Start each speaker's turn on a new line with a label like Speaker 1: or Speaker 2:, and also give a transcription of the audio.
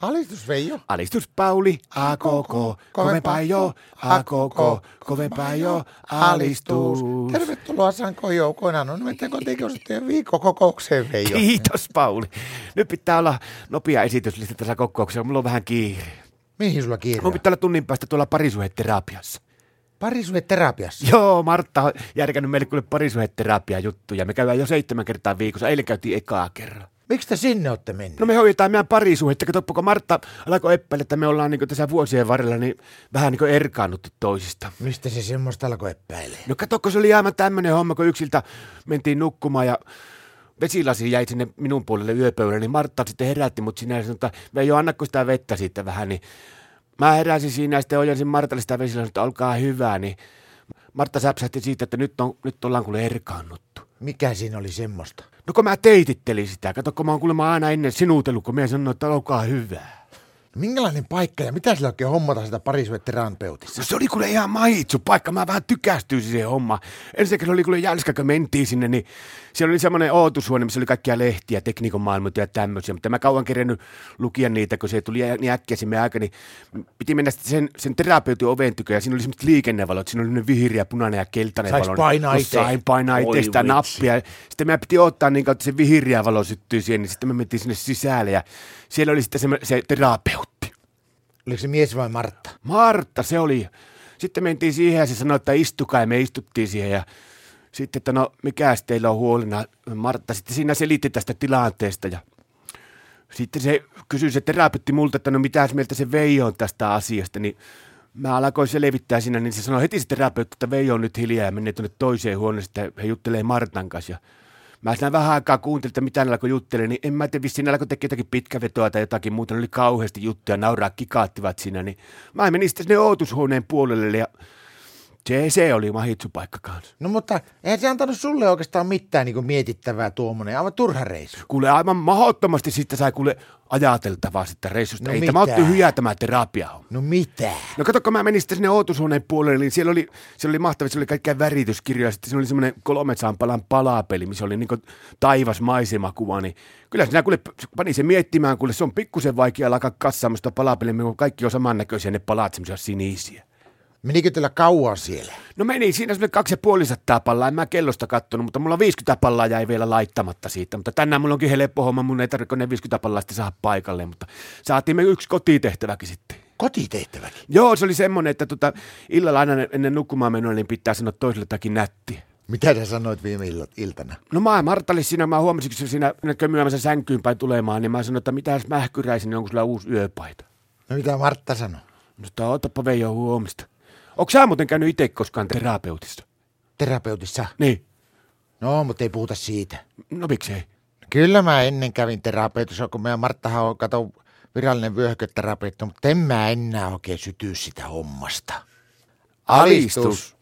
Speaker 1: Alistus Veijo.
Speaker 2: Alistus Pauli, a koko, kovempaa jo, a koko, kovempaa jo, alistus.
Speaker 1: Tervetuloa Sanko joukoina. No nyt kotikiusattujen viikkokokoukseen Veijo.
Speaker 2: Kiitos Pauli. Nyt pitää olla nopea esityslista tässä kokouksessa, mulla on vähän kiire.
Speaker 1: Mihin sulla kiire?
Speaker 2: Mun
Speaker 1: on?
Speaker 2: pitää olla tunnin päästä tuolla parisuheterapiassa.
Speaker 1: Parisuhdeterapiassa.
Speaker 2: Joo, Martta on järkännyt meille kuule parisuheterapiajuttuja. Me käydään jo seitsemän kertaa viikossa, eilen käytiin ekaa kerran.
Speaker 1: Miksi te sinne olette menneet?
Speaker 2: No me hoidetaan meidän parisuhetta. Katsoppa, kun Martta alkoi epäillä, että me ollaan niin tässä vuosien varrella niin vähän niin erkaannuttu toisista.
Speaker 1: Mistä se semmoista alkoi epäilee?
Speaker 2: No kato, kun se oli aivan tämmönen homma, kun yksiltä mentiin nukkumaan ja vesilasi jäi sinne minun puolelle yöpöydälle, niin Martta sitten herätti mut sinä ja sanoi, että Veijo, annakko sitä vettä siitä vähän, niin mä heräsin siinä ja sitten ojensin Martalle sitä vesilasia, että olkaa hyvä, niin Martta säpsähti siitä, että nyt, on, nyt ollaan kuule erkaannuttu.
Speaker 1: Mikä siinä oli semmoista?
Speaker 2: No kun mä teitittelin sitä, kato kun mä oon kuulemma aina ennen sinuutellut, kun mä sanoin, että olkaa hyvä.
Speaker 1: Minkälainen paikka ja mitä sillä oikein hommata sitä parisuhdeterapeutissa?
Speaker 2: No se oli kyllä ihan maitsu paikka. Mä vähän tykästyin siihen homma. Ensinnäkin se oli kyllä jälskä, kun mentiin sinne, niin siellä oli semmoinen ootushuone, missä oli kaikkia lehtiä, tekniikan maailmoita ja tämmöisiä. Mutta mä kauan kerennyt lukia niitä, kun se tuli niin äkkiä sinne aika, niin piti mennä sitten sen, sen terapeutin oven tykö. Ja siinä oli semmoiset liikennevalot, siinä oli ne vihreä, punainen ja keltainen
Speaker 1: Sais
Speaker 2: valo.
Speaker 1: painaa
Speaker 2: no,
Speaker 1: itse.
Speaker 2: sain painaa itse
Speaker 3: Oi
Speaker 2: sitä
Speaker 3: vitsi.
Speaker 2: nappia. Sitten mä piti ottaa niin kautta, että se vihreä valo syttyy siihen, niin sitten me mentiin sinne sisälle ja siellä oli sitten se, se terapeutti.
Speaker 1: Oliko se mies vai Martta?
Speaker 2: Martta se oli. Sitten mentiin siihen ja se sanoi, että istukaa ja me istuttiin siihen ja sitten, että no mikäs teillä on huolena Martta. Sitten siinä selitti tästä tilanteesta ja sitten se kysyi se terapeutti multa, että no mitäs mieltä se Veijo on tästä asiasta, niin Mä alkoin selvittää siinä, niin se sanoi heti se terapeutti, että Veijo on nyt hiljaa ja menee tuonne toiseen huoneeseen, että he juttelee Martan kanssa. Ja mä siinä vähän aikaa kuuntelin, että mitä ne alkoi juttelee, niin en mä tiedä, vissiin ne alkoi tekee jotakin pitkävetoa tai jotakin muuta. Ne oli kauheasti juttuja, nauraa kikaattivat siinä, niin mä menin sitten sinne ootushuoneen puolelle ja se, se oli mahitsupaikka kanssa.
Speaker 1: No mutta eihän se antanut sulle oikeastaan mitään niin mietittävää tuommoinen, aivan turha reissu.
Speaker 2: Kuule aivan mahdottomasti siitä sai kuule ajateltavaa sitä reissusta.
Speaker 1: No
Speaker 2: Ei tämä
Speaker 1: mitä?
Speaker 2: otti hyvä tämä terapia
Speaker 1: No mitä?
Speaker 2: No kato, kun mä menin sitten sinne ootushuoneen puolelle, niin siellä oli, siellä oli mahtavia, siellä oli kaikkia värityskirjoja, sitten siinä oli semmoinen kolmetsaan palan palapeli, missä oli niinku taivas maisemakuva, niin kyllä sinä kuule, pani se miettimään, kuule se on pikkusen vaikea alkaa kassaamaan sitä palapeliä, kun kaikki on samannäköisiä, ne palat semmoisia sinisiä.
Speaker 1: Menikö teillä kauan siellä?
Speaker 2: No meni siinä semmoinen kaksi ja puolisataa pallaa, en mä kellosta kattonut, mutta mulla 50 pallaa jäi vielä laittamatta siitä, mutta tänään mulla onkin helppo homma, mun ei tarvitse ne 50 pallaa sitten saada paikalle, mutta saatiin me yksi kotitehtäväkin sitten.
Speaker 1: Kotitehtäväkin.
Speaker 2: Joo, se oli semmoinen, että tota, illalla aina ennen nukkumaan menoa, niin pitää sanoa toiselle jotakin nätti.
Speaker 1: Mitä sä sanoit viime illat- iltana?
Speaker 2: No mä Martalle siinä, mä huomasin, kun se siinä kömyämässä sänkyyn päin tulemaan, niin mä sanoin, että mitä jos mähkyräisin, niin onko sulla uusi yöpaita?
Speaker 1: No mitä Martta sanoi?
Speaker 2: No sitä ootapa Veijo huomista. Onko sä muuten käynyt itse koskaan terapeutissa?
Speaker 1: Terapeutissa?
Speaker 2: Niin.
Speaker 1: No, mutta ei puhuta siitä.
Speaker 2: No miksei?
Speaker 1: Kyllä mä ennen kävin terapeutissa, kun meidän Marttahan on, kato, virallinen vyöhköterapeutti, mutta en mä enää oikein syty sitä hommasta.
Speaker 2: Alistus.